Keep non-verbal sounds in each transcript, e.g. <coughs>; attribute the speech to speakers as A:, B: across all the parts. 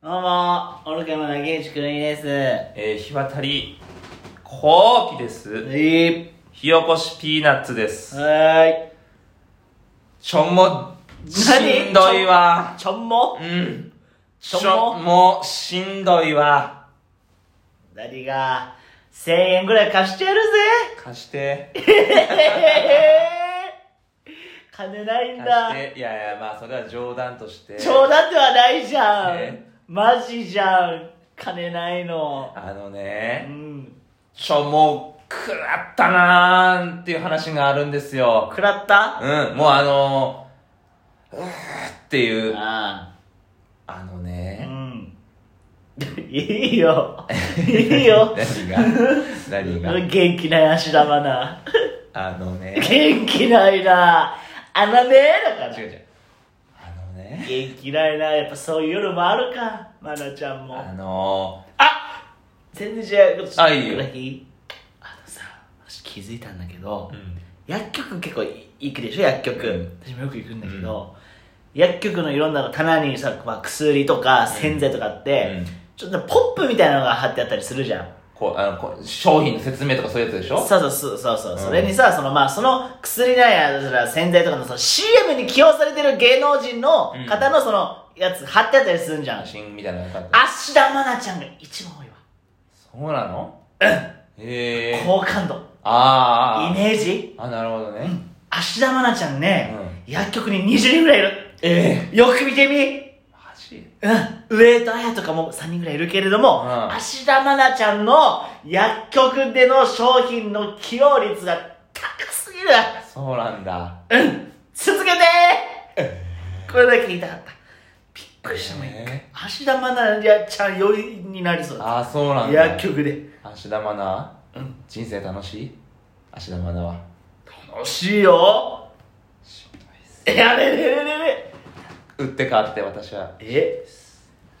A: どうも、愚か者竹内くるみです。
B: えー、日渡り、後期です。
A: え
B: 火起こしピーナッツです。
A: は
B: ちょんも、しんどいわ。
A: ーい。ちょんも
B: うん。
A: ちょんも
B: ちょんも、しんどいわ。
A: 何が、1000円ぐらい貸してやる
B: 貸して。 <laughs>
A: ぜ金ないん
B: 貸
A: だ。
B: して。いやいや、まあ、それは冗談として。
A: 冗談ではないじゃん
B: え。
A: マジじゃん。金ないの。
B: あの
A: う
B: ね、
A: ん。
B: ちょ、もう、くらったなーっていう話があるんですよ。
A: 食らった
B: うん、もうあのー、うーっていう、
A: あ
B: あの
A: あ。う
B: ね、
A: ん。いいよ。いい
B: <laughs>
A: よ。
B: 何が、何が、
A: 元気ない足玉な。
B: あのね、
A: <laughs> 元気ないなあのねだから
B: 違う違うあのね
A: 元気ないなやっぱそういう夜もあるかまなちゃんも
B: あのー、あ
A: 全然違うこと
B: あいいよ
A: この日あのさ私気づいたんだけど、
B: うん
A: 薬局結構行くでしょ薬局、
B: うん
A: 私もよく行くんだけど、薬局のいろんな棚にさ、まあ、薬とか洗剤とかあって、
B: うん
A: ちょっとポップみたいなのが貼ってあったりするじゃん
B: こうあのこう商品の説明とかそういうやつでしょ
A: そうそうそうそうそう、
B: ん
A: それにさそのまあその薬なんやそれは洗剤とかのその CM に起用されてる芸能人の
B: うん
A: 方のそのやつ貼ってあったりするんじゃん、
B: 写真みたいなのがあった
A: 芦田愛菜ちゃんが一番多いわ、
B: そうな
A: <coughs>
B: のうんへえ
A: 好感度
B: あ
A: イ
B: ーあー
A: メージ
B: あなるほどね、
A: 芦田愛菜ちゃんね、薬局に20人ぐらいいる
B: ええ
A: よく見てみ
B: マジ
A: うん、上戸彩とかも3人ぐらいいるけれども、
B: うん
A: 芦田愛菜ちゃんの薬局での商品の起用率が高すぎる
B: そうなんだ
A: うん続けてこれだけ言いたかったびっくりしたもん一回
B: え
A: 芦田愛菜ちゃん酔いになりそうだ
B: ああそうなんだ
A: 薬局で
B: 芦田愛菜
A: うん
B: 人生楽しい芦田愛菜は
A: 楽しいよやれれれれれ
B: 売って変わって私は
A: え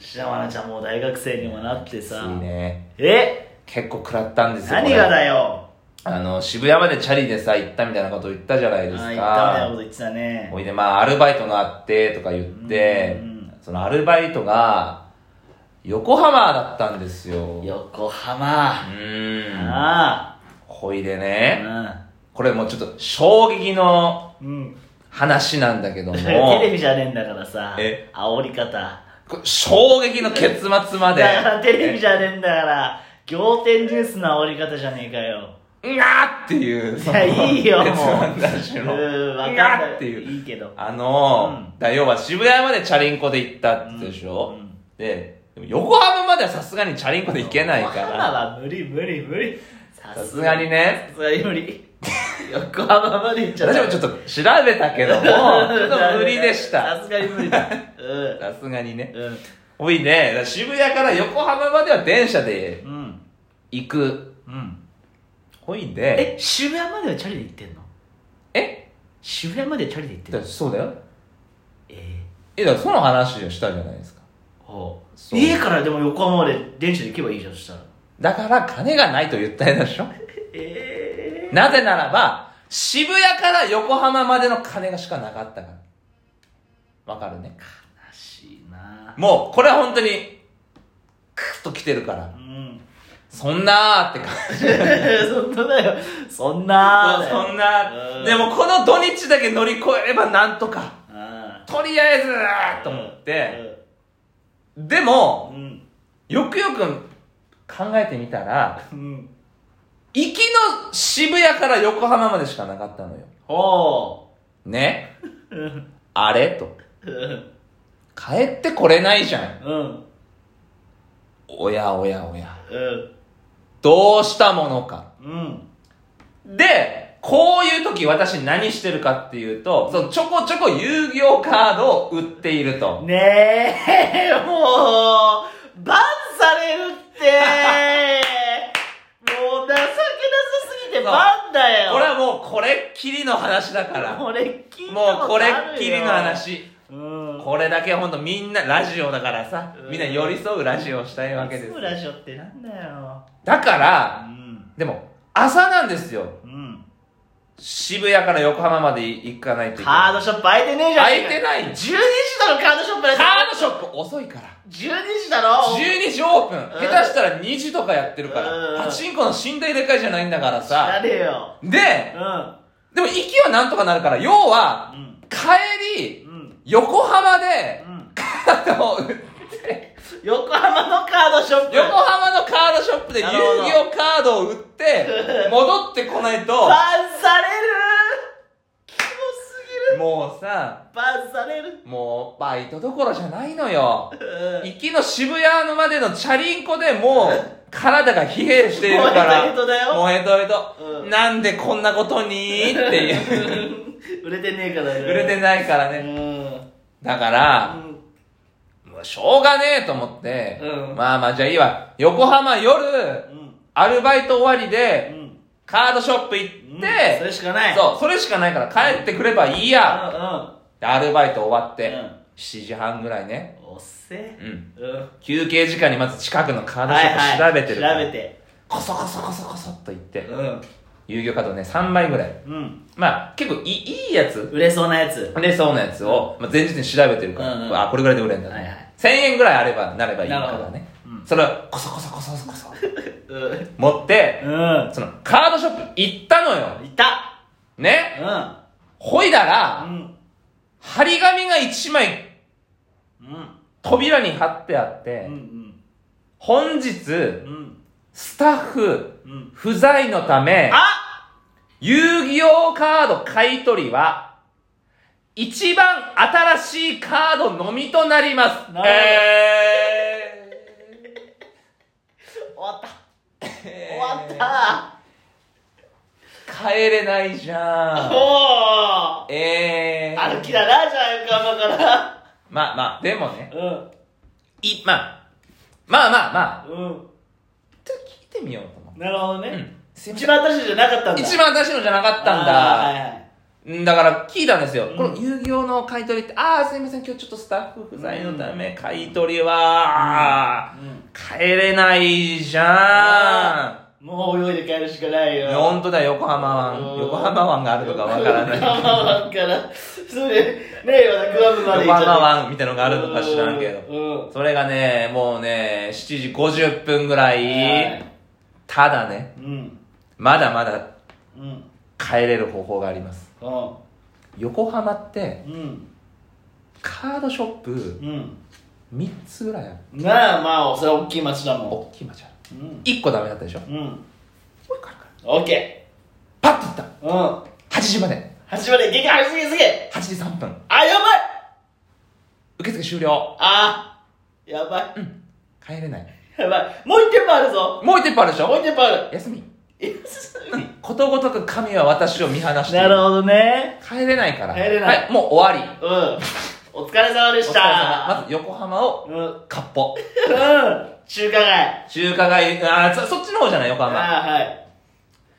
A: 芦田愛菜ちゃんもう大学生にもなってさ
B: いいね
A: え
B: 結構食らったんですよ
A: 何
B: こ
A: が
B: れ
A: だよ
B: あの渋谷までチャリでさ行ったみたいなこと言ったじゃな
A: あ
B: い
A: あ
B: です
A: 言
B: か
A: ったみたいなこと言ってたね
B: おいでまあアルバイトがあってとか言って
A: うんうん
B: そのアルバイトが横浜だったんですよう
A: 横浜
B: ーん
A: あ
B: ほいで
A: あ
B: ねこれもうちょっと衝撃の
A: うんうん話
B: 話なんだけど
A: <laughs>
B: も
A: テレビじゃねえんだからさ
B: え
A: 煽り方
B: これ衝撃の結末まで
A: だ <laughs> からテレビじ
B: ゃ
A: ゃねえんだから仰天ニュースの煽り方じゃねえかよ
B: うわーっていう
A: い
B: その
A: やいいよもう
B: 結末
A: う
B: の話の
A: ーんわかん
B: うわ
A: ない
B: ーっていう
A: いいけど
B: あのー
A: う
B: だ要は渋谷までチャリンコで行ったってでしょ、
A: うんうん
B: ででも横浜まではさすがにチャリンコで行けないか
A: 横
B: ら
A: 浜は無理無理無理さ
B: さすがにね
A: さすがに無理横浜まで行っちゃ
B: 私もちょっと調べた
A: <laughs>
B: けどもちょっと無理でした
A: さすがに無理だうん
B: さすがにね
A: うん
B: ほいでだから渋谷から横浜までは電車で
A: うん
B: 行く
A: うん
B: ほい
A: え
B: で
A: 渋谷まではチャリで行ってんの
B: え
A: 渋谷までチャリで行ってん
B: だ
A: の
B: からそうだよ
A: え
B: えだからその話をしたじゃないですか
A: ー、ほう
B: そう
A: 家からでも横浜まで電車で行けばいいじゃんそしたら
B: だから金がないと言ったでしょ
A: ええ
B: なぜならば渋谷から横浜までの金がしかなかったからわかるね
A: 悲しいな
B: もうこれは本当にクッと来てるか
A: う
B: ら
A: ん <laughs>
B: そんなーって感じ
A: そんなだよそんな
B: そうそん
A: うん
B: な、でもこの土日だけ乗り越えればなんとか、
A: うん
B: とりあえずーと思って、でも、
A: うん
B: よくよく考えてみたら、
A: うん
B: 行きの渋谷から横浜までしかなかったのよ。
A: ほ
B: ね
A: ううん
B: あれと。
A: うん
B: 帰ってこれないじゃん。
A: うん
B: おやおやおや。
A: うん
B: どうしたものか。
A: うん
B: で、こういう時私何してるかっていうと、そのちょこちょこ遊戯王カードを売っていると。
A: ねえもうバンされるってもう情けなさすぎてバンだよ
B: これはもうこれっきりの話だから。
A: これっきり
B: もうこれっきりの話
A: うん
B: これだけほんとみんなラジオだからさ
A: うん
B: みんな寄り添うラジオをしたいわけで
A: い
B: す
A: つもラジオってなんだよ
B: だか
A: う
B: ら
A: ん
B: でも朝なんですよ
A: うん
B: 渋谷から横浜まで行かないといけ
A: カ
B: な
A: ー
B: い。
A: ドショップ開いてねえじゃん。
B: 空いてない。12
A: 12時だろ、カードショップ
B: カ
A: だ
B: ードショップ遅いから。
A: 12時だろ。
B: 12時オープン。
A: うん
B: 下手したら2時とかやってるか
A: うん
B: ら。パチンコの寝台でかいじゃないんだから
A: や
B: さ。
A: れよ。
B: で、
A: う
B: でも行きはなんとかなるから、要は、
A: ん。
B: 帰
A: うん。
B: り、
A: うん。
B: 横浜で <laughs>
A: う、ん。
B: カードを売って、
A: 横浜のカードショップ。
B: 横浜のカードショップで遊
A: なるほど
B: 戯王カードを
A: <laughs>
B: 売って、戻ってこないと、
A: バンされるキモすぎる
B: もうさ、
A: バンされる
B: もうバイトどころじゃないのよ。
A: うん
B: 行きの渋谷のまでのチャリンコでもう、体が疲弊しているから。
A: <laughs> 燃えとれとだよ
B: 燃えとれと
A: うん
B: なんでこんなことにっていう。
A: 売れてねえからね
B: 売れてないから
A: う
B: ね。
A: ん
B: だから、もうしょうがねえと思って、
A: うん
B: まあまあじゃあいいわ。横浜夜、
A: うん
B: アルバイト終わりで、
A: うん
B: カードショップ行
A: うん
B: って、
A: それしかない
B: そう、それしかないから帰ってくればいいや。
A: う
B: でアルバイト終わって、
A: うん
B: 7時半ぐらいね。
A: んうんおっせ
B: うん。
A: うんは
B: 休憩時間にまず近くのカー
A: い
B: ドショップ
A: は
B: 調
A: い
B: べてるから。
A: 調べて
B: コソコソコソコソっと行って、
A: うん
B: 遊戯王カードね、3枚ぐらい。
A: うん
B: まあ、結構いいいいやつ、
A: 売れそうなやつ
B: 売れそうなやつを、まあ、前日に調べてるから、
A: うんうん
B: あ、これぐらいで売れるんだ、
A: はいはい
B: 1000円ぐらいあれば、なればいいか
A: なるほ
B: ら
A: ど
B: ね。
A: うん
B: それを、コソコソコソコソ
A: うんうん
B: 持って、
A: い
B: その、カードショップ行ったのよ。
A: た
B: ね
A: うん
B: ほいだ
A: う
B: ら、
A: ん
B: 張り紙が1枚、
A: うん
B: 扉に貼ってあって、
A: うん
B: 本日、
A: うんうん
B: スタッフ、
A: うん
B: 不在のため、
A: あ
B: 遊戯王カード買い取りは、一番新しいカードのみとなります。
A: なるほど
B: え
A: 終わった
B: ー、終
A: 終わった
B: 帰れない
A: <laughs>
B: じゃん。
A: おお
B: えー、
A: 歩きだなじゃあ横浜から
B: まあまあ、でもね、
A: うん
B: い、まあ、まあまあまあ、
A: うん
B: ちょっと聞いてみようと思
A: なるほどね、
B: う。うん。すいま
A: 一
B: せん。
A: 番新しいじゃなかったんだ
B: 一番新しいのじゃなかったん
A: あーはい
B: だ。
A: はい
B: うんだから聞いたんですよ。
A: うん
B: この遊戯王の買い取りって、ああ、すいません、今日ちょっとスタッフ不在のため、買い取りは、
A: うん
B: 帰れないじゃ
A: もう泳いで帰るしかない
B: ん。
A: よ
B: 本当だ、横浜湾。
A: うん
B: 横浜湾があるとかわからない。
A: 横浜湾からそれねえまだグアムまで
B: 横
A: 行っちゃ
B: 浜
A: った
B: 湾みたいなのがあるのか知らんけど。
A: ど
B: それがね、もうね、7時50分ぐら
A: うん
B: い。ただね、
A: うん
B: まだまだ
A: うん
B: 帰れる方法があります。
A: うん
B: 横浜って、
A: うん
B: カードショップ
A: うん
B: 3つぐらいある。
A: なあまあそれは大きい町だも
B: 大きい町ある。
A: んうん
B: 1個ダメだったでしょ
A: うん
B: もう一個あるから。
A: オッケ
B: パッと行っ
A: ーうん
B: た !8 時まで
A: 始まれ激走りすぎ
B: !8 時3分
A: あやばい
B: 受付終了
A: あーやばい
B: 帰れない
A: やばいもう一点もあるぞ
B: もう一店舗あるでし
A: もう
B: ょ
A: 一点もある
B: 休みことごとく神は私を見放してい
A: なるほどね
B: 帰れないから
A: 帰れない
B: はい、もう終わり
A: うんお疲れ様で
B: お
A: し
B: 疲れ様
A: た
B: まず横浜を
A: うんうん
B: かっぽ
A: 中華街
B: 中華街あーそそっちの方じゃない横浜
A: ああはい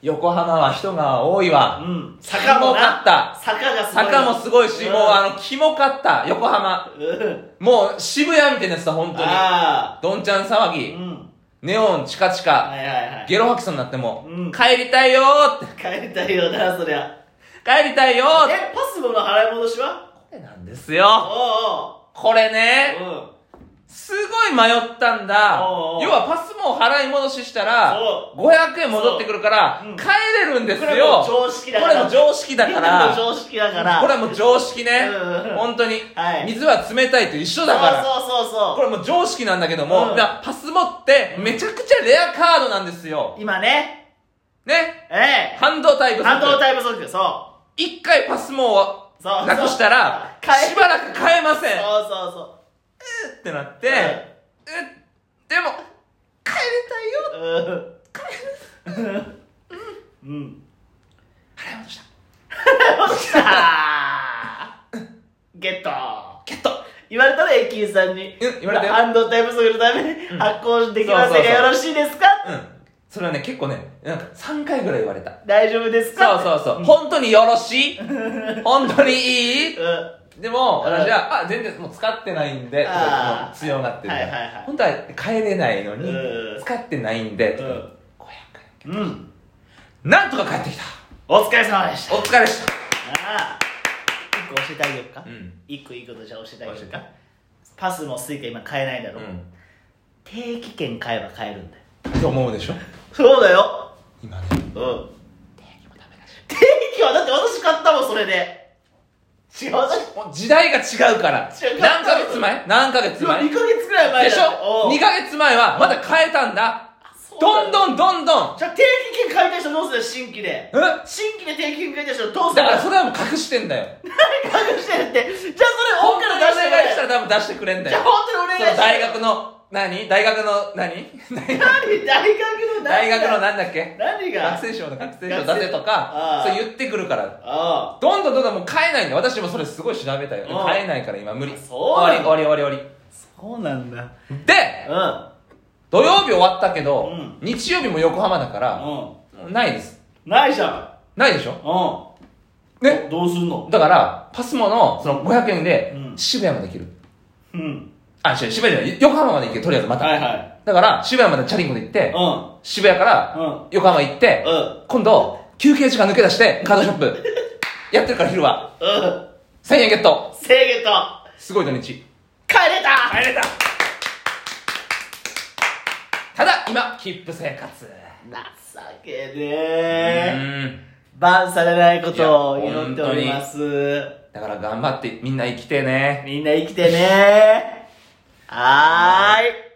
B: 横浜は人が多いわ
A: うん坂も
B: か
A: な
B: った
A: 坂がすごい
B: 坂もすごいし、
A: うん
B: もうあのキモかった横浜
A: うん
B: もう渋谷みたいなやつだ本当に
A: ああ
B: どんちゃん騒
A: う
B: ぎ、
A: ん
B: ネオンチカチカ、
A: はいはいはい
B: ゲロ吐きそうになっても、
A: うん
B: 帰りたいよーって
A: 帰りたいよなそりゃ
B: 帰りたいよーって
A: えパスモの払い戻しは
B: これなんですよ。
A: お
B: これ
A: う
B: ね、
A: おううん
B: すごい迷ったんだ。
A: おうおう
B: 要はパスモを払い戻ししたら
A: そ、
B: 500円戻ってくるから
A: そうう、ん
B: 帰れるんです
A: これも
B: よ。
A: う常識だ
B: こ
A: から
B: れも常識だか
A: みんな
B: ら、
A: の常識だから
B: これはもう常識ね
A: うんう。ん
B: 本当に
A: は。い
B: 水は冷たいと一緒だから。
A: そうそうそうそう
B: これもう常識なんだけども、
A: うん
B: だからパスモってめちゃくちゃレアカードなんですよ。
A: 今ね
B: ね。
A: え
B: 半導体
A: え
B: 不
A: 半導
B: 足。
A: 体不足そ
B: 一回パスモを
A: うそう
B: なくしたら、
A: そう帰
B: しばらく買えません。
A: そうそうそ
B: ってなって、う
A: うん
B: っでも帰れたいよ
A: ううんうん
B: 払い戻した
A: よっしゃーゲット
B: ゲット
A: 言われたら駅員さんに
B: うん言われたよ
A: 半導体不足のために発行できませ
B: そうんそう
A: が
B: そう
A: よろしいですか、
B: うんそれはね結構ねなんか3回ぐらい言われた
A: 大丈夫ですか
B: そうそうそう本当によろし <laughs> い本当にいい
A: うん
B: でも
A: うん
B: 私は「あ全然もう使ってないんで」とか
A: あー
B: もう強がってるから、
A: はいはいはい
B: 本当は帰れないのに
A: うん
B: 使ってないんで、と
A: う
B: か
A: ん
B: 500円
A: うん
B: なんとか帰ってきた
A: お疲れ様でした。
B: お疲れでし
A: ああ。一個教えてあげようか
B: た。。ん。
A: 一個いいことじゃあ教えてあげよう
B: 教
A: か。パスもスイカ今買えないだろ。
B: う
A: 定期券買えば買えるんだよ。
B: ん。と思うでしょ
A: そうだよ。
B: 今ね。
A: うん。定期はだって私買ったもん、それで。違う
B: もう時代が違うから
A: 違う。
B: 何ヶ月前何ヶ月
A: 2ヶ
B: 前
A: 月
B: で
A: くらい前だ
B: しょ ?2 ヶ月前はまだ変えたんだ。どん
A: ん
B: どんどんどん。
A: じゃあ定期券買いたい人どうする新規で
B: え
A: 新規で定期券買いたい人どうする
B: だからそれはもう隠してんだよ。
A: 何隠してるってじゃあそれ
B: 本
A: 本
B: 当
A: か
B: にお
A: ら出して
B: 願いした
A: ら
B: ら多分出してくれんだ
A: じゃあ
B: よ。
A: 本当にお願
B: そ
A: い
B: の
A: したら
B: 大学の、何大学の
A: <laughs>
B: 何、何
A: 何大学の
B: 大学の
A: 何
B: なんだっけ
A: 何が
B: 学生証の学生証出せとか
A: あ、ー
B: そう言ってくるから。
A: あ
B: どんどんどんどんもう買えないんだよ。私もそれすごい調べたよ。
A: うん
B: 買えないから今無理。
A: そう
B: 終わ
A: な
B: り
A: の
B: 終わり終わり終わ
A: あそうなんだ
B: り。で、
A: う
B: 土曜日終わったけど、
A: うん
B: 日曜日も横浜だから、
A: ん
B: ないです。
A: うんないじゃん
B: ないでしょ
A: う
B: ね
A: んどうすんの
B: だから、パスモのその500円で
A: う、ん
B: 渋谷まで行ける。
A: うん
B: あ、違う、渋谷じゃない。横浜まで行ける、とりあえずまた。
A: はいはい
B: だから、渋谷までチャリンコで行って
A: う、ん
B: 渋谷から
A: うん
B: 横浜行って、
A: うん
B: 今度、休憩時間抜け出して、カードショップ、やってるから昼は、
A: うん
B: 1000円ゲット。
A: 制限と
B: すごい土日。
A: 帰れた
B: 帰れたただ、今、切符生活。
A: 情けねえ
B: うーん
A: バンされないことを祈っております
B: だから頑張ってみんな生きてね。
A: みんな生きてねーはーい